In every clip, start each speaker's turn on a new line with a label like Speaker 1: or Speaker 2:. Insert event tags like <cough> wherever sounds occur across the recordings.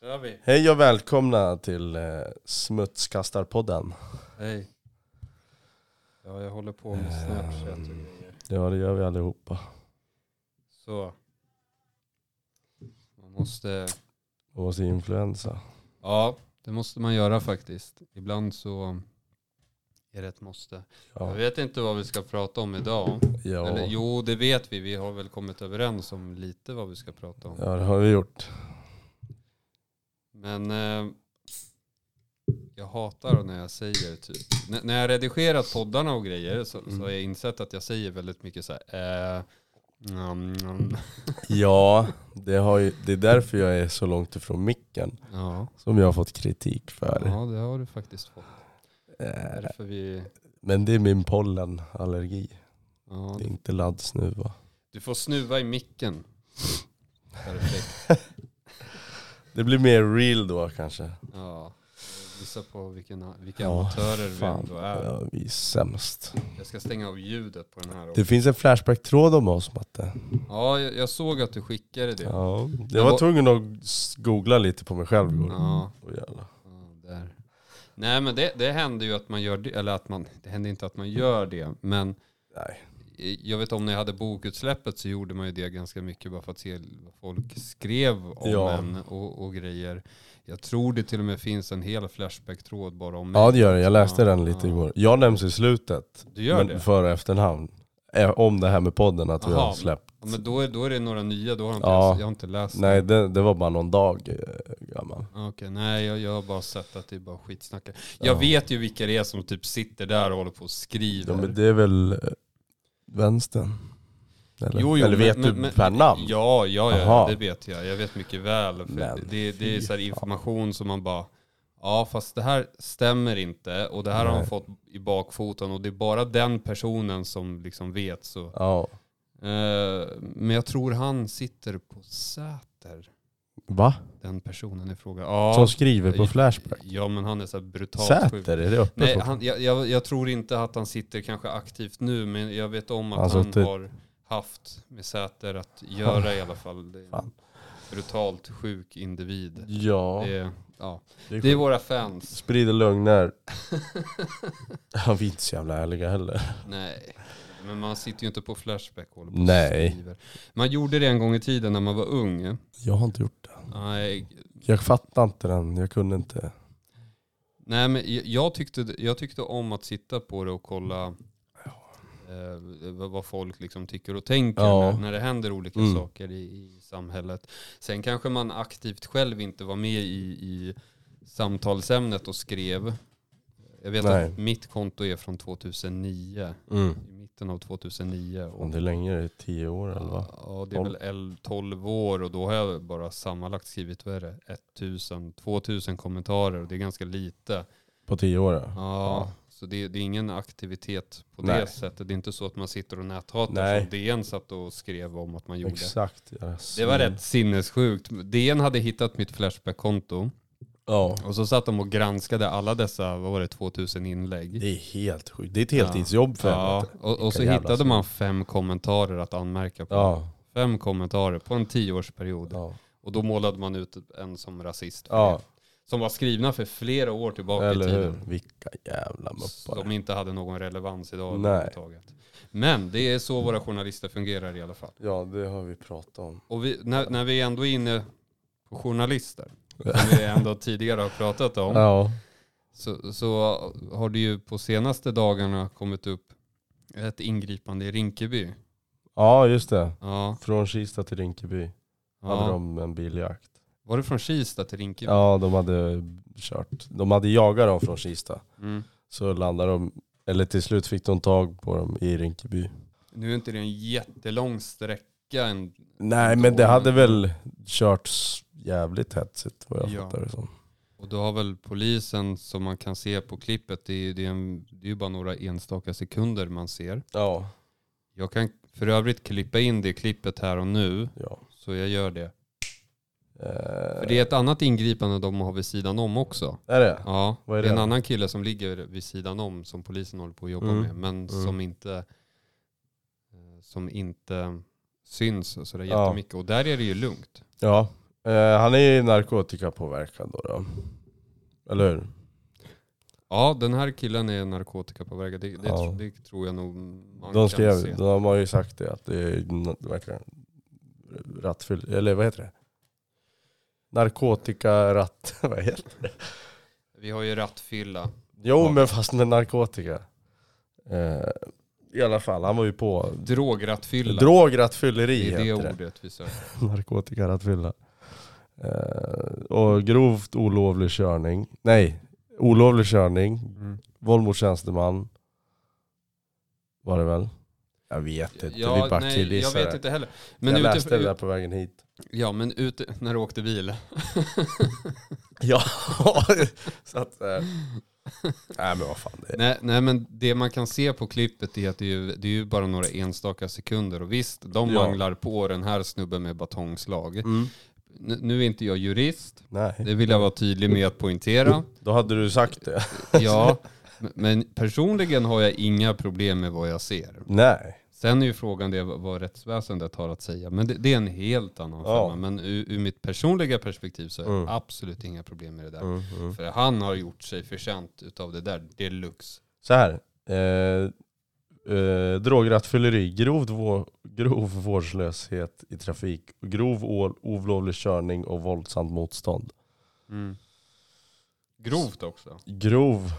Speaker 1: kör vi.
Speaker 2: Hej och välkomna till eh, Smutskastarpodden.
Speaker 1: Hej. Ja, jag håller på med Snapchat och grejer.
Speaker 2: Ja det gör vi allihopa.
Speaker 1: Så. Man måste,
Speaker 2: Och oss influensa.
Speaker 1: ja det måste man göra faktiskt. Ibland så är det ett måste. Jag
Speaker 2: Ja.
Speaker 1: vet inte vad vi ska prata om idag. Eller,
Speaker 2: Ja.
Speaker 1: jo, det vet vi. Vi har väl kommit överens om lite vad vi ska prata om.
Speaker 2: ja det har vi gjort.
Speaker 1: Men eh, jag hatar när jag säger typ. N- när jag redigerat poddarna och grejer så, så har jag insett att jag säger väldigt mycket så här. Eh, mm, mm,
Speaker 2: Ja det, har ju, det är därför jag är så långt ifrån micken.
Speaker 1: ja.
Speaker 2: Som jag har fått kritik för.
Speaker 1: ja, det har du faktiskt fått.
Speaker 2: Eh,
Speaker 1: Därför vi,
Speaker 2: Men det är min pollenallergi.
Speaker 1: ja,
Speaker 2: Det är inte laddsnuva.
Speaker 1: du får snuva i micken. Perfekt.
Speaker 2: Det blir mer real då kanske.
Speaker 1: Ja. Visa på vilken, vilka
Speaker 2: Ja,
Speaker 1: amatörer vi
Speaker 2: Fan,
Speaker 1: ändå är.
Speaker 2: ja, vi är sämst.
Speaker 1: Jag ska stänga av ljudet på den här.
Speaker 2: Det finns en Flashback-tråd om oss Matte.
Speaker 1: Ja, jag, jag såg att du skickade det. Ja.
Speaker 2: Ja, jag var tvungen att s- googla lite på mig själv igår.
Speaker 1: ja.
Speaker 2: Och jävlar.
Speaker 1: Ja, där. Nej men det, det händer ju att man gör det, eller att man, det händer inte att man gör det, men
Speaker 2: Nej.
Speaker 1: jag vet om när jag hade bokutsläppet så gjorde man ju det ganska mycket bara för att se vad folk skrev om
Speaker 2: Ja.
Speaker 1: en och, och grejer. Jag tror det till och med finns en hel Flashback-tråd bara om mig.
Speaker 2: Ja det gör det, jag läste
Speaker 1: Ja,
Speaker 2: den lite
Speaker 1: ja.
Speaker 2: igår. Jag nämns i slutet,
Speaker 1: Du Ah. gör
Speaker 2: men
Speaker 1: det?
Speaker 2: före och efternamn. Eh, Om det här med podden, att vi
Speaker 1: Aha.
Speaker 2: har släppt.
Speaker 1: Ja, men då är, då är det några nya, då har jag inte,
Speaker 2: Ja.
Speaker 1: läst, jag har inte läst det.
Speaker 2: Nej det, det var bara någon dag eh, gammal.
Speaker 1: Okej, nej jag, jag har bara sett att det är bara skitsnackare. Jag vet ju vilka det är som typ sitter där och håller på och skriver.
Speaker 2: Ja, men det är väl eh, vänstern? Eller, eller vet
Speaker 1: men-
Speaker 2: du
Speaker 1: men-
Speaker 2: per namn?
Speaker 1: Ja, ja, ja
Speaker 2: Aha.
Speaker 1: det vet jag. Jag vet mycket väl. För
Speaker 2: Men
Speaker 1: det, det är
Speaker 2: fy
Speaker 1: så här information som man bara, ja fast det här stämmer inte och det här har han fått i bakfoten och det är bara den personen som liksom vet. Så.
Speaker 2: Ja.
Speaker 1: Eh, men jag tror han sitter på Säter,
Speaker 2: Va?
Speaker 1: den personen i fråga. Ja,
Speaker 2: Som skriver på Flashback?
Speaker 1: ja men han är så här brutalt sjuk.
Speaker 2: Säter, är det uppe?
Speaker 1: Nej,
Speaker 2: på-
Speaker 1: han, jag, jag, jag tror inte att han sitter kanske aktivt nu, men jag vet om att
Speaker 2: Han
Speaker 1: han
Speaker 2: suttit-
Speaker 1: har haft med Säter att göra i alla fall. Det är en
Speaker 2: Fan.
Speaker 1: brutalt sjuk individ.
Speaker 2: Ja,
Speaker 1: Det är, ja.
Speaker 2: det är
Speaker 1: det är
Speaker 2: sjukt.
Speaker 1: våra fans. <laughs>
Speaker 2: Sprider lögner. Ja, vi är inte så jävla ärliga heller.
Speaker 1: Nej, men man sitter ju inte på Flashback och håller på och
Speaker 2: Nej.
Speaker 1: skriver. Man gjorde det en gång i tiden när man var ung.
Speaker 2: Jag har inte gjort det.
Speaker 1: Nej,
Speaker 2: Jag fattar inte den, jag kunde inte.
Speaker 1: nej men jag- jag tyckte, jag tyckte om att sitta på det och kolla eh, vad vad folk liksom tycker och tänker
Speaker 2: Ja.
Speaker 1: när, när det händer olika
Speaker 2: Mm.
Speaker 1: saker i, i samhället. Sen kanske man aktivt själv inte var med i, i samtalsämnet och skrev. Jag vet
Speaker 2: Nej.
Speaker 1: att mitt konto är från 2009,
Speaker 2: Mm.
Speaker 1: i mitten av 2009.
Speaker 2: Om
Speaker 1: Och,
Speaker 2: det är länge, det är tio år eller vad?
Speaker 1: ja, det är väl 11 12 år och då har jag bara sammanlagt skrivit, vad är det, 1000, 2000 kommentarer och det är ganska lite.
Speaker 2: På tio år ja.
Speaker 1: Ja, så det, det är ingen aktivitet på det
Speaker 2: Nej.
Speaker 1: sättet. Det är inte så att man sitter och näthatar
Speaker 2: Nej.
Speaker 1: som DN satt och skrev om att man gjorde.
Speaker 2: Exakt. jag
Speaker 1: Det var
Speaker 2: ser.
Speaker 1: rätt sinnessjukt. DN hade hittat mitt Flashback-konto
Speaker 2: Ja.
Speaker 1: och så satt de och granskade alla dessa, vad var det, 2000 inlägg.
Speaker 2: Det är helt sjukt. Det är ett heltidsjobb för
Speaker 1: Ja,
Speaker 2: helvete.
Speaker 1: och, och så
Speaker 2: Vilka jävla
Speaker 1: hittade
Speaker 2: svin.
Speaker 1: man fem kommentarer att anmärka på.
Speaker 2: Ja.
Speaker 1: Fem kommentarer på en tioårsperiod.
Speaker 2: ja.
Speaker 1: Och då målade man ut en som rasist. för
Speaker 2: ja.
Speaker 1: det. Som var skrivna för flera år tillbaka i
Speaker 2: Eller
Speaker 1: tiden.
Speaker 2: hur? Vilka jävla muppar.
Speaker 1: som inte hade någon relevans idag
Speaker 2: Nej.
Speaker 1: överhuvudtaget. Men det är så våra journalister fungerar i alla fall.
Speaker 2: Ja, det har vi pratat om.
Speaker 1: Och vi, när, när vi ändå är inne på journalister, som vi
Speaker 2: <laughs>
Speaker 1: ändå tidigare har pratat om,
Speaker 2: Ja.
Speaker 1: så, så har det ju på senaste dagarna kommit upp ett ingripande i Rinkeby.
Speaker 2: Ja, just det.
Speaker 1: Ja,
Speaker 2: Från Kista till Rinkeby hade
Speaker 1: ja.
Speaker 2: de en biljakt.
Speaker 1: Var det från Kista till Rinkeby?
Speaker 2: Ja, de hade kört. De hade jagat dem från Kista.
Speaker 1: Mm.
Speaker 2: Så landade de, eller till slut fick de tag på dem i Rinkeby.
Speaker 1: Nu är inte det en jättelång sträcka. En,
Speaker 2: Nej men det hade väl körts jävligt hetsigt vad jag
Speaker 1: Ja.
Speaker 2: fattar det som.
Speaker 1: och då har väl polisen, som man kan se på klippet, det är det är en- det är ju bara några enstaka sekunder man ser.
Speaker 2: Ja.
Speaker 1: Jag kan för övrigt klippa in det klippet här och nu,
Speaker 2: ja.
Speaker 1: så jag gör det.
Speaker 2: Eh,
Speaker 1: För det är ett annat ingripande de har vid sidan om också.
Speaker 2: Är det?
Speaker 1: Ja,
Speaker 2: Vad är
Speaker 1: det är en
Speaker 2: det?
Speaker 1: annan kille som ligger vid sidan om som polisen håller på att jobba
Speaker 2: Mm.
Speaker 1: med, men
Speaker 2: Mm.
Speaker 1: som inte eh, som inte syns så där
Speaker 2: Ja.
Speaker 1: jättemycket. Och där är det ju lugnt.
Speaker 2: Ja. Eh, han är ju narkotikapåverkad då, då. Eller hur?
Speaker 1: Ja, den här killen är narkotikapåverkad. Det, det,
Speaker 2: Ja.
Speaker 1: det tror jag nog man kan
Speaker 2: De,
Speaker 1: se.
Speaker 2: skrev, de har ju sagt det, att det är n- verkligen rattfyll... Eller vad heter det? Narkotikaratt, <laughs> vad heter det?
Speaker 1: Vi har ju rattfylla.
Speaker 2: Jo
Speaker 1: Ja.
Speaker 2: men fast med narkotika. Eh, I alla fall, han var ju på
Speaker 1: Drograttfylla.
Speaker 2: drograttfylleri
Speaker 1: det är det
Speaker 2: heter det.
Speaker 1: ordet vi söker.
Speaker 2: <laughs> Narkotikarattfylla. Eh, och grovt olovlig körning. Nej, olovlig körning.
Speaker 1: Mm.
Speaker 2: Våld mot tjänsteman. Var det väl? Jag vet inte, vi bara
Speaker 1: nej, jag
Speaker 2: killgissar.
Speaker 1: vet
Speaker 2: Jag,
Speaker 1: inte heller. Men
Speaker 2: jag
Speaker 1: ute,
Speaker 2: läste det där på vägen hit.
Speaker 1: Ja, men ute, när du åkte bil.
Speaker 2: Ja, <laughs> så att...
Speaker 1: <laughs>
Speaker 2: Eh, nej men vad fan det är.
Speaker 1: nej, nej, men det man kan se på klippet är att det är ju, det är ju bara några enstaka sekunder. Och visst, de
Speaker 2: Ja.
Speaker 1: manglar på den här snubben med batongslag.
Speaker 2: Mm.
Speaker 1: Nu, nu är inte jag jurist,
Speaker 2: Nej,
Speaker 1: det vill jag vara tydlig med att poängtera.
Speaker 2: då hade du sagt det.
Speaker 1: Ja, men- men personligen har jag inga problem med vad jag ser.
Speaker 2: Nej.
Speaker 1: Sen är ju frågan det vad rättsväsendet har att säga. Men det, det är en helt annan
Speaker 2: Ja.
Speaker 1: femma. Men ur, ur mitt personliga perspektiv så har jag
Speaker 2: Mm.
Speaker 1: absolut inga problem med det där.
Speaker 2: Mm, mm.
Speaker 1: För han har gjort sig förtjänt utav det där deluxe.
Speaker 2: Så här. Eh, eh, drograttfylleri, grov, vå- grov vårdslöshet i trafik, grov o- olovlig körning och våldsamt motstånd.
Speaker 1: Grovt också.
Speaker 2: Grov,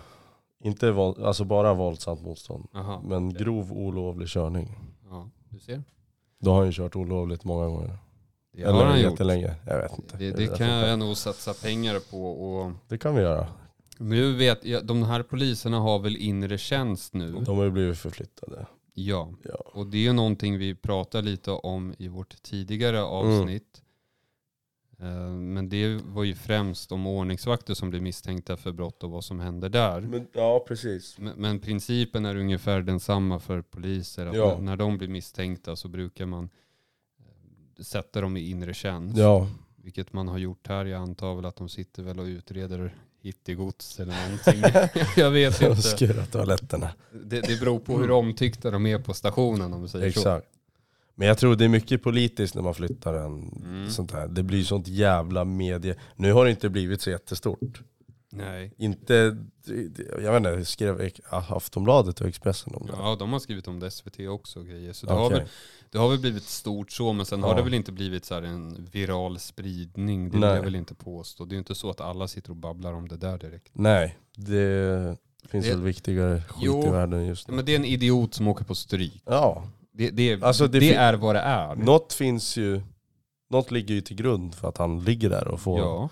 Speaker 2: inte våld, alltså bara våldsamt motstånd,
Speaker 1: Aha.
Speaker 2: men grov olovlig körning.
Speaker 1: Ja, du ser.
Speaker 2: Då har han ju kört olovligt många gånger.
Speaker 1: Det har han gjort.
Speaker 2: jättelänge. Jag vet inte.
Speaker 1: Det, det kan jag nog satsa pengar på. Och,
Speaker 2: det kan vi göra.
Speaker 1: men du vet, ja, de här poliserna har väl inre tjänst nu?
Speaker 2: De har ju blivit förflyttade.
Speaker 1: Ja.
Speaker 2: Ja.
Speaker 1: Och det är ju någonting vi pratade lite om i vårt tidigare avsnitt. Eh, Men det var ju främst om ordningsvakter som blir misstänkta för brott och vad som händer där.
Speaker 2: Men, ja, precis.
Speaker 1: Men- Men principen är ungefär densamma för poliser. Att
Speaker 2: Ja.
Speaker 1: n- När de blir misstänkta så brukar man eh, sätta dem i inre tjänst.
Speaker 2: Ja,
Speaker 1: Vilket man har gjort här. Jag antar väl att de sitter väl och utreder hittegods
Speaker 2: <laughs>
Speaker 1: eller någonting. jag vet
Speaker 2: de
Speaker 1: inte.
Speaker 2: skurar toaletterna.
Speaker 1: Det, det beror på hur omtyckta de är på stationen om vi säger så.
Speaker 2: Mm. Exakt. Men jag tror det är mycket politiskt när man flyttar en
Speaker 1: Mm.
Speaker 2: sånt här. Det blir sånt jävla medie. Nu har det inte blivit så jättestort.
Speaker 1: Nej.
Speaker 2: Inte, jag vet inte, skrev Aftonbladet och Expressen om det?
Speaker 1: Ja, de har skrivit om det SVT också och grejer. Så det, har väl,
Speaker 2: Okej.
Speaker 1: det har väl blivit stort så, men sen har
Speaker 2: Ja.
Speaker 1: det väl inte blivit så här en viral spridning. Det vill
Speaker 2: Nej.
Speaker 1: jag väl inte påstå. Det är ju inte så att alla sitter och babblar om det där direkt.
Speaker 2: Nej, det finns
Speaker 1: Det-
Speaker 2: väl viktigare skit i
Speaker 1: Jo.
Speaker 2: världen just nu.
Speaker 1: Men det är en idiot som åker på stryk.
Speaker 2: Ja,
Speaker 1: Det, det, är-
Speaker 2: Alltså, det
Speaker 1: det,
Speaker 2: fin-
Speaker 1: är vad det är.
Speaker 2: något finns ju, något ligger ju till grund för att han ligger där och får.
Speaker 1: Ja.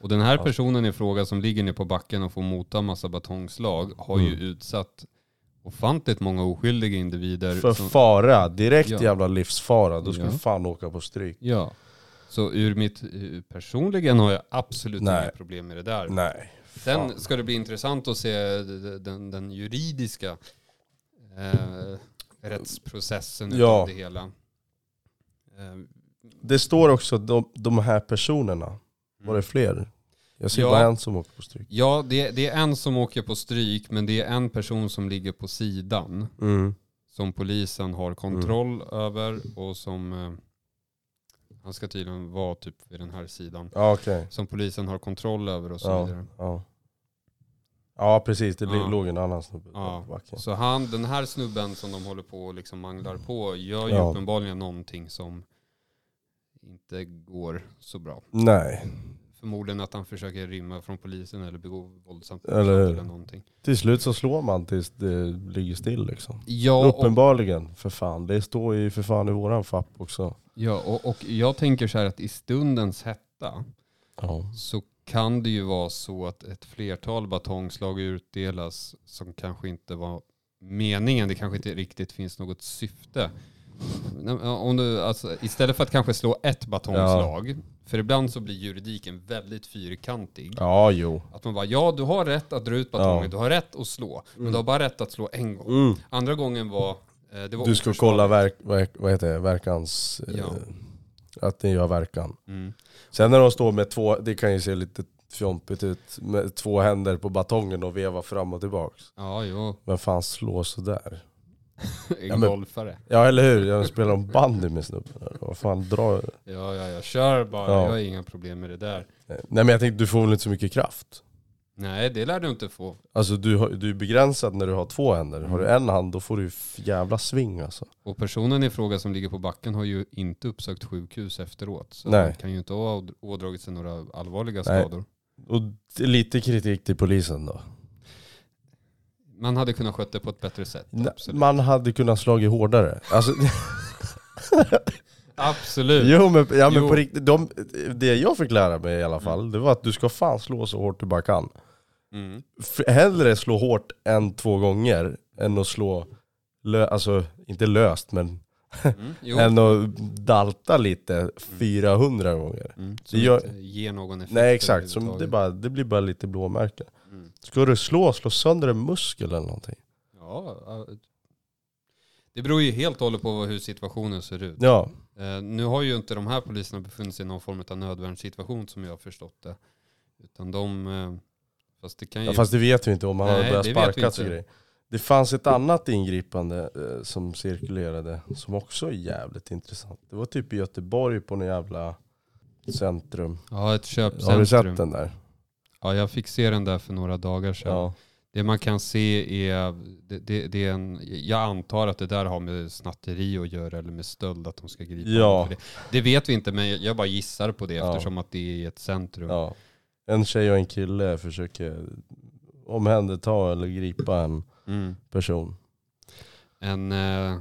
Speaker 1: Och den här
Speaker 2: Ja.
Speaker 1: personen i fråga som ligger ner på backen och får mota massa batongslag har ju
Speaker 2: Mm.
Speaker 1: utsatt ofantligt många oskyldiga individer.
Speaker 2: För
Speaker 1: som-
Speaker 2: fara, direkt
Speaker 1: Ja.
Speaker 2: jävla livsfara, då skulle
Speaker 1: Ja.
Speaker 2: fan åka på stryk.
Speaker 1: Ja. Så ur mitt eh, personligen har jag absolut
Speaker 2: Nej.
Speaker 1: inga problem med det där.
Speaker 2: Nej.
Speaker 1: Sen
Speaker 2: Fan.
Speaker 1: ska det bli intressant att se eh, den, den juridiska eh, rättsprocessen utav
Speaker 2: Ja.
Speaker 1: det hela. Eh,
Speaker 2: Det står också de, de här personerna, var det fler? Jag ser
Speaker 1: Ja.
Speaker 2: bara en som åker på stryk.
Speaker 1: ja, det, det är en som åker på stryk, men det är en person som ligger på sidan
Speaker 2: Mm.
Speaker 1: som polisen har kontroll över och som eh, han ska tydligen vara typ vid den här sidan.
Speaker 2: Ja, okej.
Speaker 1: Som polisen har kontroll över och så
Speaker 2: Ja.
Speaker 1: vidare.
Speaker 2: Ja. ja, precis. Det li-
Speaker 1: Ja.
Speaker 2: låg en annan snubbe
Speaker 1: Ja.
Speaker 2: på backen.
Speaker 1: Så han, den här snubben som de håller på och liksom manglar på gör ju
Speaker 2: Ja.
Speaker 1: uppenbarligen någonting som inte går så bra.
Speaker 2: Nej,
Speaker 1: Förmodligen att han försöker rymma från polisen eller begå våldsamt
Speaker 2: Eller
Speaker 1: motstånd
Speaker 2: hur?
Speaker 1: eller någonting.
Speaker 2: till slut så slår man tills det ligger still liksom.
Speaker 1: Ja och,
Speaker 2: Uppenbarligen, för fan. Det står ju för fan i våran fapp också.
Speaker 1: ja, och, och jag tänker så här att i stundens hetta
Speaker 2: Ja.
Speaker 1: så kan det ju vara så att ett flertal batongslag utdelas som kanske inte var meningen. Det kanske inte riktigt finns något syfte. Nej, men Om du, alltså, istället för att kanske slå ett batongslag, för ibland så blir juridiken väldigt fyrkantig.
Speaker 2: Ja, jo.
Speaker 1: Att man bara, ja du har rätt att dra ut batongen,
Speaker 2: Ja. Mm.
Speaker 1: du har rätt att slå, men du har bara rätt att slå en gång. Andra gången var, eh, det var
Speaker 2: Du ska
Speaker 1: oförsvarligt.
Speaker 2: kolla verk, verk, vad heter det? verkans... eh,
Speaker 1: Ja.
Speaker 2: Att den gör verkan.
Speaker 1: Mm.
Speaker 2: Sen när de står med två, det kan ju se lite fjompigt ut, med två händer på batongen och veva fram och tillbaks.
Speaker 1: Ja, jo.
Speaker 2: Vem fan slår sådär?
Speaker 1: en
Speaker 2: Ja, men-
Speaker 1: golfare.
Speaker 2: Ja eller hur, jag spelar om bandy med snubben. Vad fan, dra...
Speaker 1: Ja, ja, jag kör bara.
Speaker 2: Ja.
Speaker 1: Jag har inga problem med det där.
Speaker 2: Nej men jag tänkte, du får väl inte så mycket kraft?
Speaker 1: Nej, det lär du inte få.
Speaker 2: Alltså du, har, du är begränsad när du har två händer. Har
Speaker 1: Mm.
Speaker 2: du en hand då får du ju f- jävla sving alltså.
Speaker 1: Och personen i fråga som ligger på backen har ju inte uppsökt sjukhus efteråt. Så
Speaker 2: Nej.
Speaker 1: han kan ju inte ha åd- ådragit sig några allvarliga
Speaker 2: Nej.
Speaker 1: skador.
Speaker 2: Och det är lite kritik till polisen då.
Speaker 1: Man hade kunnat skött det på ett bättre sätt. Absolut.
Speaker 2: Man hade kunnat slagit hårdare. Alltså, <laughs>
Speaker 1: Absolut.
Speaker 2: jo men, ja, men
Speaker 1: Jo.
Speaker 2: på riktigt, de, det jag fick lära mig i alla fall, det var att du ska fan slå så hårt du bara kan.
Speaker 1: Mm.
Speaker 2: F- hellre slå hårt än två gånger än att slå, lö, alltså inte löst men <laughs>
Speaker 1: Mm. Jo.
Speaker 2: än att dalta lite 400 gånger.
Speaker 1: Mm. Så
Speaker 2: Det gör-
Speaker 1: inte ger någon effekt.
Speaker 2: Nej exakt, som det,
Speaker 1: överhuvudtaget.
Speaker 2: bara, det blir bara lite blåmärken.
Speaker 1: Mm.
Speaker 2: Ska du slå, slå sönder en muskel eller någonting.
Speaker 1: Ja, ja. det beror ju helt och hållet på hur situationen ser ut.
Speaker 2: Ja,
Speaker 1: Eh, nu har ju inte de här poliserna befunnit sig i någon form av nödvärnssituation som jag har förstått det. Utan de, eh, fast det kan ju...
Speaker 2: ja fast det vet vi inte om han
Speaker 1: Nej,
Speaker 2: hade börjat
Speaker 1: det vet vi
Speaker 2: sparka och
Speaker 1: inte.
Speaker 2: grejer. Det fanns ett annat ingripande eh, som cirkulerade som också är jävligt intressant. Det var typ i Göteborg på någon jävla centrum.
Speaker 1: Ja, ett köpcentrum.
Speaker 2: Har du sett den där?
Speaker 1: Ja, jag fick se den där för några dagar sedan.
Speaker 2: Ja.
Speaker 1: Det man kan se är, det, det, det är en, jag antar att det där har med snatteri att göra eller med stöld, att de ska gripa
Speaker 2: Ja.
Speaker 1: någon för det. det vet vi inte, men jag- jag bara gissar på det
Speaker 2: Ja.
Speaker 1: eftersom att det är i ett centrum.
Speaker 2: Ja. En tjej och en kille försöker omhänderta eller gripa en
Speaker 1: Mm.
Speaker 2: person.
Speaker 1: En, eh,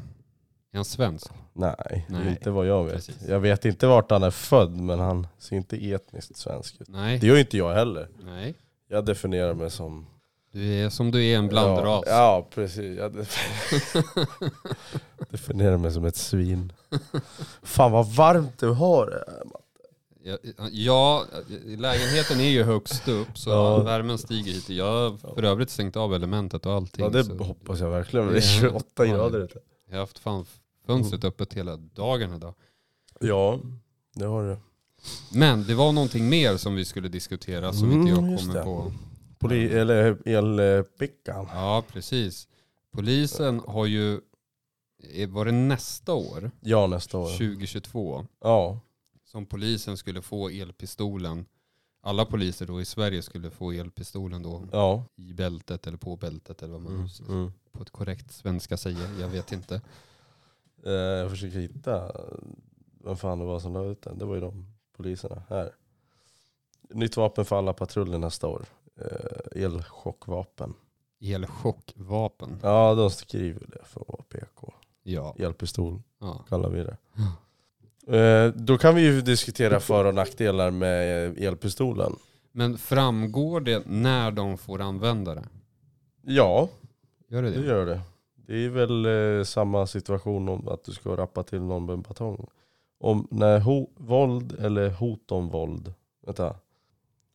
Speaker 1: en svensk.
Speaker 2: Nej,
Speaker 1: Nej,
Speaker 2: inte vad jag vet.
Speaker 1: precis.
Speaker 2: Jag vet inte vart han är född men han ser inte etniskt svensk ut.
Speaker 1: Nej,
Speaker 2: Det gör ju inte jag heller.
Speaker 1: nej.
Speaker 2: Jag definierar mig som...
Speaker 1: Du är som du är, en blandras.
Speaker 2: Ja, ja precis. Jag def- <laughs> definierar mig som ett svin. Fan vad varmt du har eh, det.
Speaker 1: Ja, ja, lägenheten är ju högst upp så
Speaker 2: Ja.
Speaker 1: värmen stiger hit. Jag har för övrigt stängt av elementet och allting.
Speaker 2: Ja, det
Speaker 1: så
Speaker 2: hoppas jag verkligen. Det är 28
Speaker 1: Ja.
Speaker 2: grader ute.
Speaker 1: jag har haft fan fönstret
Speaker 2: Mm.
Speaker 1: öppet hela dagen idag.
Speaker 2: Ja, det har du.
Speaker 1: Men det var någonting mer som vi skulle diskutera som
Speaker 2: Mm,
Speaker 1: inte jag
Speaker 2: just
Speaker 1: kommer
Speaker 2: det.
Speaker 1: på.
Speaker 2: Poli- eller eh, elpickan.
Speaker 1: Ja, precis. Polisen har ju, eh, var det nästa år,
Speaker 2: Ja, nästa år.
Speaker 1: 2022,
Speaker 2: Ja.
Speaker 1: som polisen skulle få elpistolen. Alla poliser då i Sverige skulle få elpistolen då
Speaker 2: Ja.
Speaker 1: i bältet eller på bältet eller vad man
Speaker 2: Mm. Mm.
Speaker 1: på ett korrekt svenska säger. Jag vet inte.
Speaker 2: Eh, jag försöker hitta vem fan det var som la ut den. Det var ju de poliserna här. Nytt vapen för alla patruller nästa år. Eh, elchockvapen.
Speaker 1: Elchockvapen.
Speaker 2: Ja, de skriver det för att vara PK.
Speaker 1: Ja.
Speaker 2: Elpistol
Speaker 1: ja.
Speaker 2: kallar vi det. Eh, då kan vi ju diskutera för och nackdelar med eh, elpistolen.
Speaker 1: Men framgår det när de får använda det?
Speaker 2: Ja,
Speaker 1: Gör det
Speaker 2: det
Speaker 1: det?
Speaker 2: gör det. Det är väl eh, samma situation om att du ska rappa till någon med en batong. Om när ho- våld eller hot om våld. Vänta.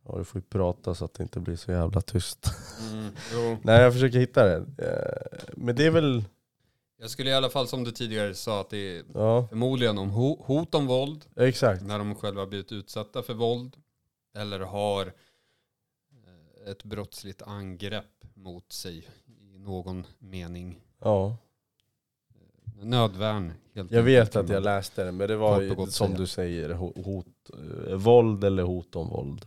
Speaker 2: Ja, du får ju prata så att det inte blir så jävla tyst. <laughs>
Speaker 1: Mm, jo.
Speaker 2: Nej, jag försöker hitta det. Eh, Men det är väl,
Speaker 1: Jag skulle i alla fall som du tidigare sa att det är
Speaker 2: ja,
Speaker 1: förmodligen om ho- hot om våld,
Speaker 2: exakt.
Speaker 1: när de själva har blivit utsatta för våld eller har eh, ett brottsligt angrepp mot sig i någon mening.
Speaker 2: Ja.
Speaker 1: Nödvärn helt
Speaker 2: Jag
Speaker 1: enkelt,
Speaker 2: vet
Speaker 1: kan
Speaker 2: att
Speaker 1: man-
Speaker 2: jag läste det, men det var
Speaker 1: Kort och
Speaker 2: ju
Speaker 1: gott
Speaker 2: som
Speaker 1: säga.
Speaker 2: du säger, ho- hot, eh, våld eller hot om våld.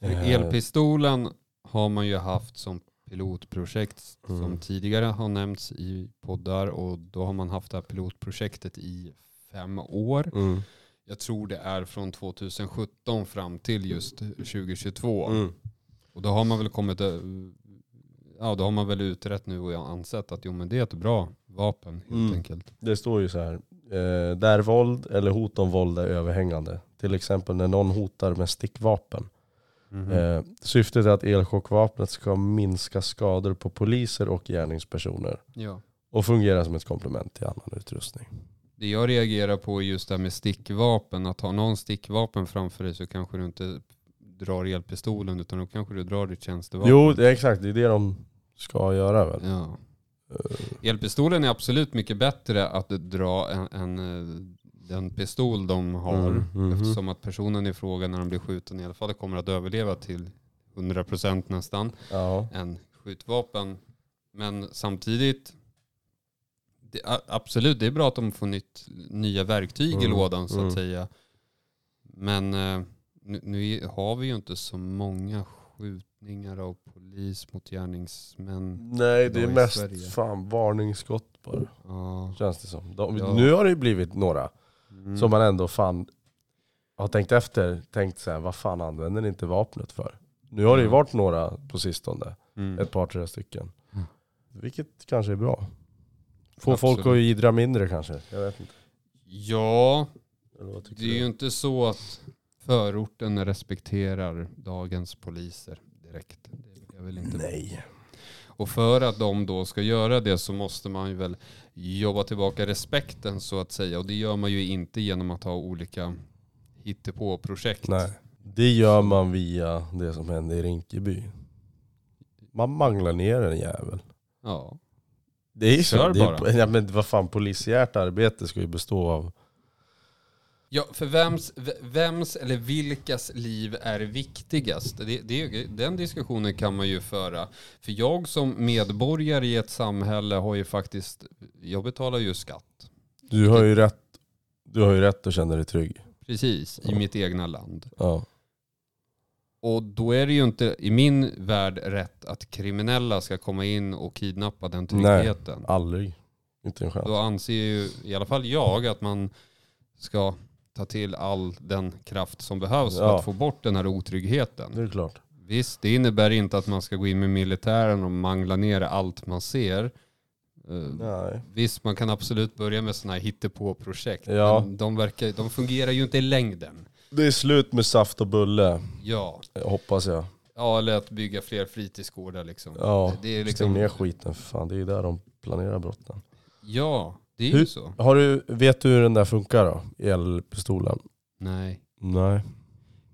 Speaker 1: För
Speaker 2: Eh.
Speaker 1: Elpistolen har man ju haft som pilotprojekt som
Speaker 2: Mm.
Speaker 1: tidigare har nämnts i poddar och då har man haft det här pilotprojektet i fem år.
Speaker 2: Mm.
Speaker 1: Jag tror det är från 2017 fram till just 2022.
Speaker 2: Mm.
Speaker 1: Och då har man väl kommit ö- Ja, då har man väl utrett nu och jag har ansett att jo, men det är ett bra vapen helt
Speaker 2: Mm.
Speaker 1: enkelt.
Speaker 2: Det står ju så här. Eh, där våld eller hot om våld är överhängande. Till exempel när någon hotar med stickvapen.
Speaker 1: Mm.
Speaker 2: Eh, syftet är att elchockvapnet ska minska skador på poliser och gärningspersoner.
Speaker 1: Ja.
Speaker 2: Och fungera som ett komplement till annan utrustning.
Speaker 1: Det jag reagerar på är just det här med stickvapen. Att ha någon stickvapen framför dig så kanske du inte drar elpistolen utan då kanske du drar ditt tjänstevapen.
Speaker 2: Jo, det är exakt. Det är det de ska göra väl.
Speaker 1: Ja.
Speaker 2: Eh,
Speaker 1: Elpistolen är absolut mycket bättre att dra än, än eh, den pistol de har.
Speaker 2: Mm, mhm.
Speaker 1: Eftersom att personen i fråga när de blir skjuten i alla fall kommer att överleva till 100% nästan.
Speaker 2: Ja.
Speaker 1: än skjutvapen. Men samtidigt, det, a- absolut, det är bra att de får nytt, nya verktyg i
Speaker 2: Mm,
Speaker 1: lådan så
Speaker 2: mm.
Speaker 1: att säga. Men eh, nu, nu är- har vi ju inte så många skjutningar av polis mot gärningsmän.
Speaker 2: Nej det är
Speaker 1: Idag i
Speaker 2: mest
Speaker 1: Sverige.
Speaker 2: fan varningsskott bara.
Speaker 1: Ja.
Speaker 2: Känns det som. De,
Speaker 1: Ja.
Speaker 2: Nu har det ju blivit några
Speaker 1: Mm.
Speaker 2: som man ändå fan har tänkt efter. Tänkt så här, vad fan använder ni inte vapnet för? Nu har det ju
Speaker 1: Mm.
Speaker 2: varit några på sistone.
Speaker 1: Mm.
Speaker 2: Ett par tre stycken.
Speaker 1: Mm.
Speaker 2: Vilket kanske är bra. Få
Speaker 1: Absolut.
Speaker 2: folk att idra mindre kanske. Jag vet inte.
Speaker 1: Ja,
Speaker 2: Eller vad tycker
Speaker 1: det är ju inte så att förorten respekterar dagens poliser direkt. Det vill jag väl inte
Speaker 2: Nej.
Speaker 1: Och för att de då ska göra det så måste man ju väl jobba tillbaka respekten så att säga. Och det gör man ju inte genom att ha olika hittepå-projekt.
Speaker 2: Nej. Det gör man via det som hände i Rinkeby. Man manglar ner en jävel.
Speaker 1: Ja.
Speaker 2: Det är ju så.
Speaker 1: Kör
Speaker 2: Det är,
Speaker 1: bara.
Speaker 2: ja, men vad fan, polisiärt arbete ska ju bestå av
Speaker 1: ja, för vems, v- vems eller vilkas liv är viktigast? Det, det, är ju- den diskussionen kan man ju föra. För jag som medborgare i ett samhälle har ju faktiskt, jag betalar ju skatt.
Speaker 2: Du har ju rätt, du har ju rätt att känna dig trygg.
Speaker 1: Precis, i
Speaker 2: Ja.
Speaker 1: mitt egna land.
Speaker 2: Ja.
Speaker 1: Och då är det ju inte i min värld rätt att kriminella ska komma in och kidnappa den tryggheten.
Speaker 2: Aldrig. Inte en chans.
Speaker 1: Då anser ju i alla fall jag att man ska ta till all den kraft som behövs för
Speaker 2: Ja.
Speaker 1: att få bort den här otryggheten.
Speaker 2: Det är klart.
Speaker 1: Visst, det innebär inte att man ska gå in med militären och mangla ner allt man ser. Eh,
Speaker 2: Nej.
Speaker 1: Visst, man kan absolut börja med sådana här hittepå-projekt.
Speaker 2: Ja.
Speaker 1: Men de, verkar, de fungerar ju inte i längden.
Speaker 2: Det är slut med saft och bulle,
Speaker 1: Ja,
Speaker 2: eh, hoppas jag.
Speaker 1: ja eller att bygga fler fritidsgårdar liksom.
Speaker 2: Ja,
Speaker 1: det, det är
Speaker 2: Stäng ner
Speaker 1: liksom
Speaker 2: skiten för fan, det är ju där de planerar brotten.
Speaker 1: Ja, det är
Speaker 2: Hur-
Speaker 1: ju så.
Speaker 2: Har du, vet du hur den där funkar då? Elpistolen?
Speaker 1: Nej,
Speaker 2: Nej.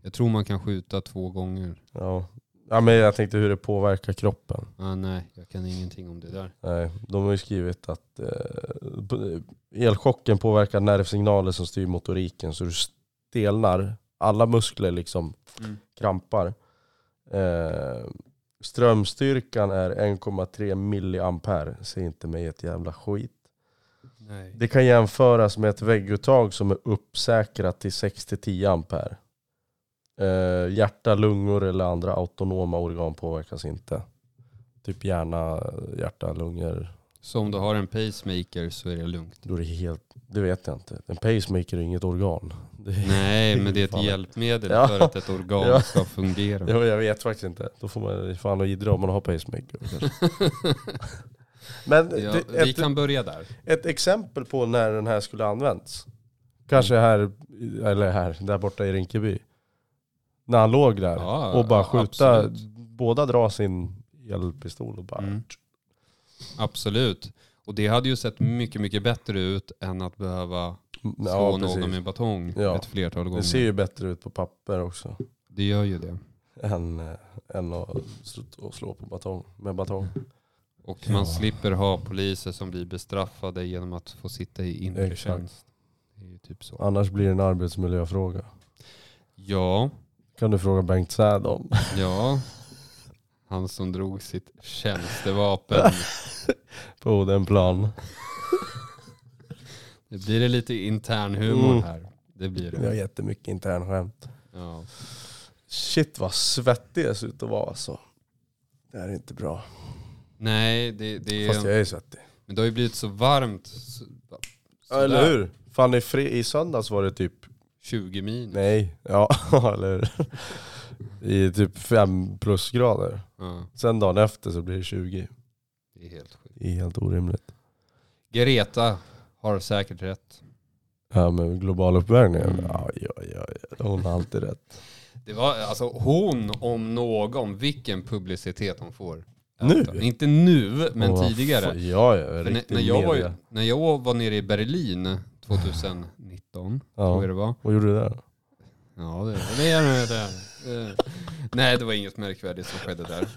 Speaker 1: jag tror man kan skjuta två gånger.
Speaker 2: Ja. ja men jag tänkte hur det påverkar kroppen.
Speaker 1: Ah, nej, jag kan ingenting om det där.
Speaker 2: Nej, de har ju skrivit att eh, p- elchocken påverkar nervsignaler som styr motoriken så du stelnar, alla muskler liksom
Speaker 1: Mm.
Speaker 2: krampar. Eh, strömstyrkan är 1,3 milliampere, säg inte mig ett jävla skit.
Speaker 1: Nej.
Speaker 2: Det kan jämföras med ett vägguttag som är uppsäkrat till 6-10 ampere. Eh, hjärta, lungor eller andra autonoma organ påverkas inte. Typ hjärna, hjärta, lungor,
Speaker 1: Så om du har en pacemaker så är det lugnt.
Speaker 2: Då är det helt, det vet jag inte. En pacemaker är inget organ. Det,
Speaker 1: Nej, men det är ett
Speaker 2: Fan.
Speaker 1: hjälpmedel
Speaker 2: Ja.
Speaker 1: för att ett organ
Speaker 2: Ja.
Speaker 1: ska fungera.
Speaker 2: Ja, jag vet faktiskt inte. Då får man fan och idra om man
Speaker 1: <laughs>
Speaker 2: har pacemaker. kanske. Men
Speaker 1: ja,
Speaker 2: det,
Speaker 1: vi
Speaker 2: ett,
Speaker 1: kan börja där.
Speaker 2: ett exempel på när den här skulle använts. Kanske här, eller här, där borta i Rinkeby. När han låg där
Speaker 1: Ja,
Speaker 2: och bara skjuta,
Speaker 1: absolut.
Speaker 2: båda dra sin elpistol och bara...
Speaker 1: Mm. Absolut. Och det hade ju sett mycket, mycket bättre ut än att behöva slå
Speaker 2: Ja,
Speaker 1: någon med
Speaker 2: precis.
Speaker 1: en batong
Speaker 2: Ja.
Speaker 1: ett flertal gånger.
Speaker 2: Det ser ju bättre ut på papper också.
Speaker 1: det gör ju det.
Speaker 2: Än, eh, än att, att slå på batong, med batong.
Speaker 1: Och
Speaker 2: Ja.
Speaker 1: man slipper ha poliser som blir bestraffade genom att få sitta i inre
Speaker 2: Exakt.
Speaker 1: tjänst. Det är ju typ så.
Speaker 2: Annars blir det en arbetsmiljöfråga.
Speaker 1: Ja,
Speaker 2: kan du fråga Bengt Säd om.
Speaker 1: ja. Han som drog sitt
Speaker 2: <laughs>
Speaker 1: tjänstevapen.
Speaker 2: På Odenplan.
Speaker 1: Det blir det lite intern humor
Speaker 2: Mm.
Speaker 1: här. Det blir
Speaker 2: Vi har
Speaker 1: det.
Speaker 2: jättemycket internskämt.
Speaker 1: Ja.
Speaker 2: Shit vad svettig jag ser ut att vara alltså. Det här är inte bra.
Speaker 1: Nej, det, det,
Speaker 2: Fast jag är ju svettig.
Speaker 1: men det har ju blivit så varmt. Så,
Speaker 2: Ja, eller hur? Fan i, fri- i söndags var det typ,
Speaker 1: 20 minus.
Speaker 2: nej, ja <laughs> eller hur? I typ 5 plusgrader.
Speaker 1: Ja,
Speaker 2: Sen dagen efter så blir det 20.
Speaker 1: det är helt sjukt.
Speaker 2: Det är helt orimligt.
Speaker 1: Greta har säkert rätt.
Speaker 2: Ja men global uppvärmning,
Speaker 1: Mm.
Speaker 2: ja, ja, ja, ja. hon har alltid rätt.
Speaker 1: Det var alltså hon om någon, vilken publicitet hon får.
Speaker 2: Nu?
Speaker 1: Alltså, Inte nu, men
Speaker 2: Hon var
Speaker 1: tidigare.
Speaker 2: fa- Ja, ja,
Speaker 1: För när,
Speaker 2: riktig
Speaker 1: när, jag var, ju-
Speaker 2: media.
Speaker 1: när jag var nere i Berlin 2019, tror jag
Speaker 2: Ja.
Speaker 1: det var.
Speaker 2: Vad gjorde du där?
Speaker 1: Ja, det var det. det, det, det. Nej, det var inget märkvärdigt som skedde där.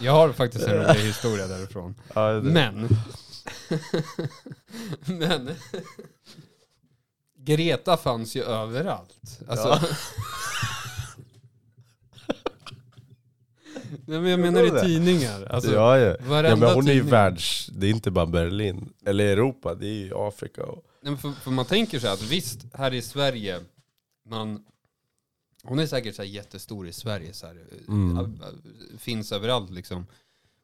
Speaker 1: Jag har faktiskt en rolig historia därifrån.
Speaker 2: Ja, det-
Speaker 1: Men. <laughs> Men. Greta fanns ju överallt. Alltså. <laughs> Nej, men jag menar i tidningar. Alltså,
Speaker 2: ja, ja.
Speaker 1: Varenda
Speaker 2: Ja, men hon är ju
Speaker 1: tidning.
Speaker 2: världs... Det är inte bara Berlin. Eller Europa, det är ju Afrika. Och...
Speaker 1: Nej, men för, för man tänker så här att visst, här i Sverige, man, hon är säkert så här jättestor i Sverige, så här,
Speaker 2: Mm.
Speaker 1: äh, äh, finns överallt liksom.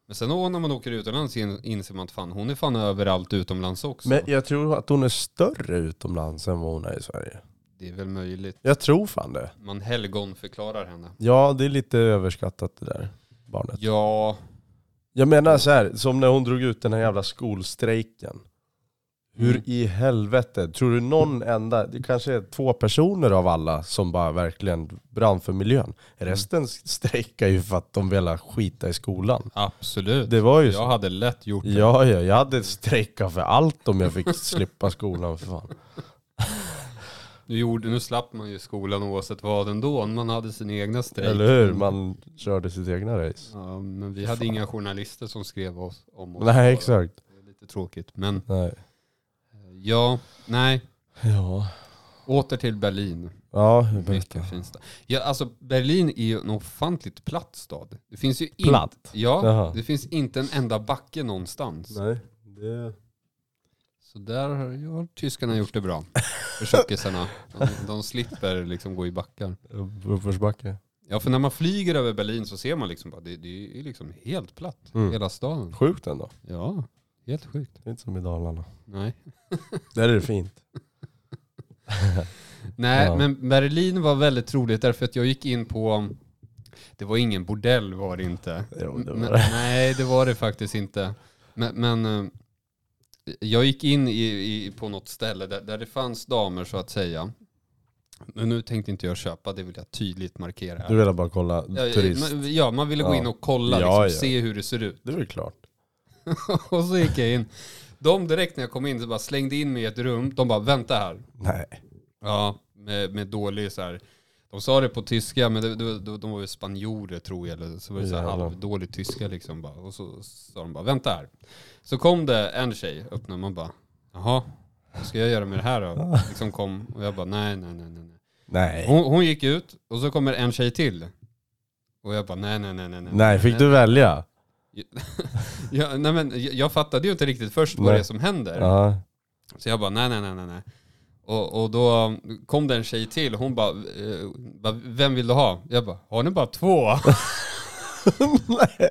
Speaker 1: Men sen då, när man åker utomlands in- inser man att fan, hon är fan överallt utomlands också.
Speaker 2: Men jag tror att hon är större utomlands än vad hon är i Sverige.
Speaker 1: Det är väl möjligt.
Speaker 2: Jag tror fan det.
Speaker 1: Man helgonförklarar henne.
Speaker 2: Ja, det är lite överskattat det där barnet.
Speaker 1: Ja,
Speaker 2: Jag menar så här, som när hon drog ut den här jävla skolstrejken. Hur
Speaker 1: Mm.
Speaker 2: i helvete, tror du någon enda, det kanske är två personer av alla som bara verkligen brann för miljön. Resten strejkar ju för att de vill skita i skolan.
Speaker 1: absolut.
Speaker 2: Det var ju
Speaker 1: Jag
Speaker 2: så.
Speaker 1: hade lätt gjort det.
Speaker 2: Ja, ja, jag hade strejkat för allt om
Speaker 1: <laughs>
Speaker 2: jag fick slippa skolan för fan.
Speaker 1: Nu, gjorde, nu slapp man ju skolan oavsett vad ändå. Man hade sina egna strejk.
Speaker 2: Eller hur? Man körde sitt egna race.
Speaker 1: Ja, men vi hade inga journalister som skrev oss, om oss.
Speaker 2: Nej, exakt.
Speaker 1: Det är lite tråkigt. Men
Speaker 2: Nej.
Speaker 1: eh, ja, nej.
Speaker 2: Ja.
Speaker 1: Åter till Berlin.
Speaker 2: Ja, berätta.
Speaker 1: Mycket fin stad. Ja, alltså Berlin är ju en ofantligt platt stad. Det finns ju inte...
Speaker 2: Platt.
Speaker 1: Ja,
Speaker 2: Jaha.
Speaker 1: det finns inte en enda backe någonstans.
Speaker 2: Nej, det...
Speaker 1: Så där har, ja, har tyskarna gjort det bra. Försökisarna. De, de slipper liksom gå i backar.
Speaker 2: Uppförsbacke.
Speaker 1: Ja, för när man flyger över Berlin så ser man liksom bara, det, det är liksom helt platt.
Speaker 2: Mm.
Speaker 1: Hela staden.
Speaker 2: Sjukt ändå.
Speaker 1: Ja, helt sjukt.
Speaker 2: Det är inte som i Dalarna.
Speaker 1: Nej,
Speaker 2: Där är det fint.
Speaker 1: Nej
Speaker 2: Ja.
Speaker 1: men Berlin var väldigt roligt därför att jag gick in på, det var ingen bordell var det inte.
Speaker 2: Jo, det var
Speaker 1: men,
Speaker 2: det.
Speaker 1: Nej, det var det faktiskt inte. Men, men eh, jag gick in i, i, på något ställe där, där det fanns damer så att säga. Men nu tänkte inte jag köpa, det vill jag tydligt markera. här.
Speaker 2: Du ville bara kolla
Speaker 1: Ja, ja,
Speaker 2: turist.
Speaker 1: man- Ja, man ville gå
Speaker 2: Ja.
Speaker 1: in och kolla,
Speaker 2: Ja,
Speaker 1: liksom,
Speaker 2: ja.
Speaker 1: se hur det ser ut. <laughs>
Speaker 2: Det är väl klart.
Speaker 1: och så gick jag in. De direkt när jag kom in så bara slängde in mig i ett rum. De bara, vänta här.
Speaker 2: Nej.
Speaker 1: Ja, med, med dålig så här. De sa det på tyska, men det, det, de, de var ju spanjorer tror jag, eller så var det så här
Speaker 2: Jävlar.
Speaker 1: halvdålig tyska liksom. Bara. Och så sa de bara, vänta här. Så kom det en tjej, öppnade man bara, jaha, vad ska jag göra med det här då?
Speaker 2: <laughs>
Speaker 1: Liksom kom, och jag bara, nej, nej, nej, nej. nej."
Speaker 2: Nej.
Speaker 1: Hon, hon gick ut, och så kommer en tjej till. Och jag bara, nej, nej, nej, nej. nej."
Speaker 2: Nej, fick du välja?
Speaker 1: Ja, nej men, jag, jag fattade ju inte riktigt först vad
Speaker 2: Nej.
Speaker 1: det är som händer. <laughs>
Speaker 2: Ja.
Speaker 1: Så jag bara nej, nej, nej, nej, nej. Och, och då kom det en tjej till, hon bara, eh, bara, vem vill du ha? Jag bara, har ni bara två?
Speaker 2: Nej.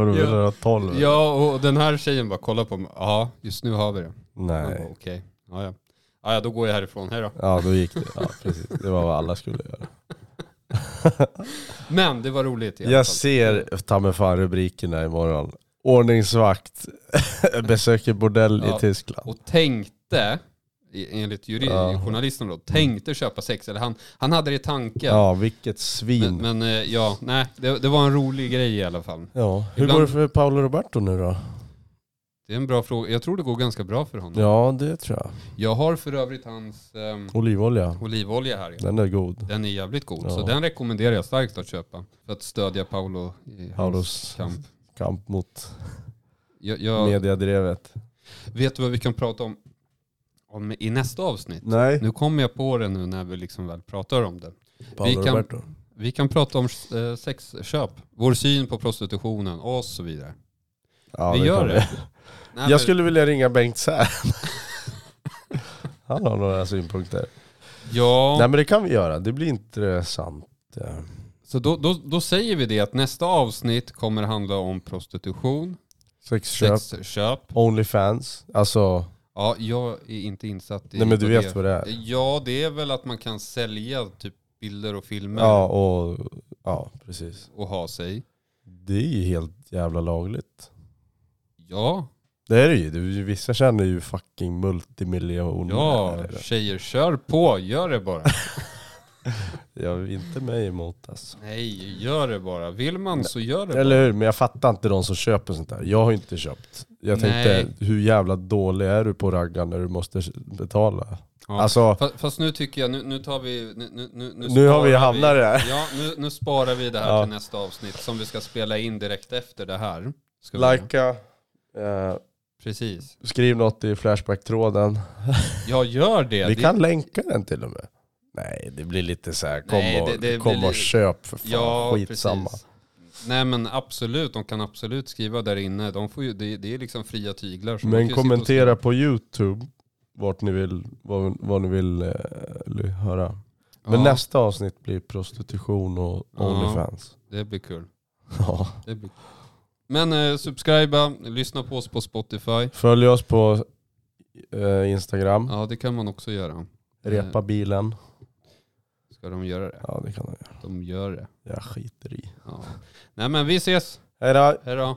Speaker 2: Och du ville
Speaker 1: Ja.
Speaker 2: ha tolv?
Speaker 1: ja, och den här tjejen bara kolla på mig, ja, just nu har vi det. Jag bara,
Speaker 2: Nej.
Speaker 1: Okej, ja, ja. Ja, ja, då går jag härifrån, hej då.
Speaker 2: Ja, då gick det. Ja, precis. Det var vad alla skulle göra.
Speaker 1: Men det var roligt i alla
Speaker 2: Jag
Speaker 1: fall.
Speaker 2: ser ta mig fan rubrikerna imorgon. Ordningsvakt <laughs> besöker bordell
Speaker 1: Ja.
Speaker 2: i Tyskland.
Speaker 1: Och tänkte, i- enligt jury,
Speaker 2: Ja.
Speaker 1: journalisten då, tänkte köpa sex, eller han, han hade det i tanken.
Speaker 2: Ja, vilket svin.
Speaker 1: Men, men eh, ja, nej, det, det var en rolig grej i alla fall.
Speaker 2: ja. Hur
Speaker 1: Ibland-
Speaker 2: går det för Paolo Roberto nu då?
Speaker 1: Det är en bra fråga, jag tror det går ganska bra för honom.
Speaker 2: Ja, det tror jag.
Speaker 1: Jag har för övrigt hans ehm,
Speaker 2: Olivolja.
Speaker 1: olivolja här. Ja.
Speaker 2: Den är god.
Speaker 1: Den är jävligt god,
Speaker 2: Ja.
Speaker 1: så den rekommenderar jag starkt att köpa. För att stödja Paolo i hans
Speaker 2: Paulos
Speaker 1: kamp.
Speaker 2: kamp mot
Speaker 1: Jag, jag,
Speaker 2: mediadrevet.
Speaker 1: vet du vad vi kan prata om, om i nästa avsnitt?
Speaker 2: Nej.
Speaker 1: Nu kommer jag på det nu när vi liksom väl pratar om det.
Speaker 2: Paolo
Speaker 1: kan-
Speaker 2: Roberto.
Speaker 1: Vi kan prata om eh, sexköp, vår syn på prostitutionen och så vidare.
Speaker 2: Ja,
Speaker 1: vi gör
Speaker 2: kommer
Speaker 1: det. <laughs> Nej, men-
Speaker 2: Jag skulle vilja ringa Bengt Särn. Han har några synpunkter.
Speaker 1: Ja,
Speaker 2: Nej men det kan vi göra, det blir intressant. Eh,
Speaker 1: så då, då, då säger vi det att nästa avsnitt kommer handla om prostitution,
Speaker 2: Sexköp,
Speaker 1: sexköp.
Speaker 2: Onlyfans, alltså,
Speaker 1: Ja, jag är inte insatt i
Speaker 2: nej men du
Speaker 1: på
Speaker 2: vet
Speaker 1: det.
Speaker 2: vad det är.
Speaker 1: Ja, det är väl att man kan sälja typ bilder och filmer
Speaker 2: Ja, och, ja precis.
Speaker 1: och ha sig.
Speaker 2: Det är ju helt jävla lagligt.
Speaker 1: Ja,
Speaker 2: Det är det ju, det är ju vissa tjänar ju fucking
Speaker 1: ja,
Speaker 2: multimiljonärer.
Speaker 1: tjejer kör på, gör det
Speaker 2: <laughs>
Speaker 1: bara.
Speaker 2: Jag är inte mig emot alltså.
Speaker 1: Nej, gör det bara. Vill man så gör det bara.
Speaker 2: Eller hur, men jag fattar inte de som köper sånt där. Jag har ju inte köpt. Jag tänkte,
Speaker 1: Nej.
Speaker 2: hur jävla dålig är du på raggan när du måste betala?
Speaker 1: Ja.
Speaker 2: Alltså,
Speaker 1: Fa- Fast nu tycker jag, nu, nu tar vi... Nu, nu, nu,
Speaker 2: Nu har vi
Speaker 1: sparar
Speaker 2: hamnat i det här.
Speaker 1: Ja, nu, nu sparar vi det här
Speaker 2: Ja.
Speaker 1: till nästa avsnitt som vi ska spela in direkt efter det här. Ska vi göra.
Speaker 2: likea, eh,
Speaker 1: Precis.
Speaker 2: skriv något i Flashback-tråden.
Speaker 1: Jag gör det.
Speaker 2: Vi
Speaker 1: Det-
Speaker 2: kan länka den till och med. Nej, det blir lite så här, kom,
Speaker 1: Nej,
Speaker 2: och,
Speaker 1: det- det
Speaker 2: kom
Speaker 1: blir-
Speaker 2: och köp för fan,
Speaker 1: Ja,
Speaker 2: skitsamma.
Speaker 1: precis. Nej men absolut, de kan absolut skriva där inne. De får ju, det, det är liksom fria tyglar. så de kan ju
Speaker 2: Men
Speaker 1: sitta och
Speaker 2: kommentera
Speaker 1: skriva.
Speaker 2: på YouTube vart ni vill, vad, vad ni vill eh, ly- höra. Men
Speaker 1: Ja,
Speaker 2: nästa avsnitt blir prostitution och
Speaker 1: Ja.
Speaker 2: Onlyfans.
Speaker 1: det blir kul.
Speaker 2: Ja.
Speaker 1: Det blir kul. Men eh, subscriba, lyssna på oss på Spotify.
Speaker 2: Följ oss på eh, Instagram.
Speaker 1: Ja det kan man också göra.
Speaker 2: Repa bilen.
Speaker 1: Ska de göra det?
Speaker 2: Ja det kan jag göra.
Speaker 1: De gör det.
Speaker 2: Jag skiter i.
Speaker 1: Ja. Nej men vi ses.
Speaker 2: Hej då!
Speaker 1: Hej då.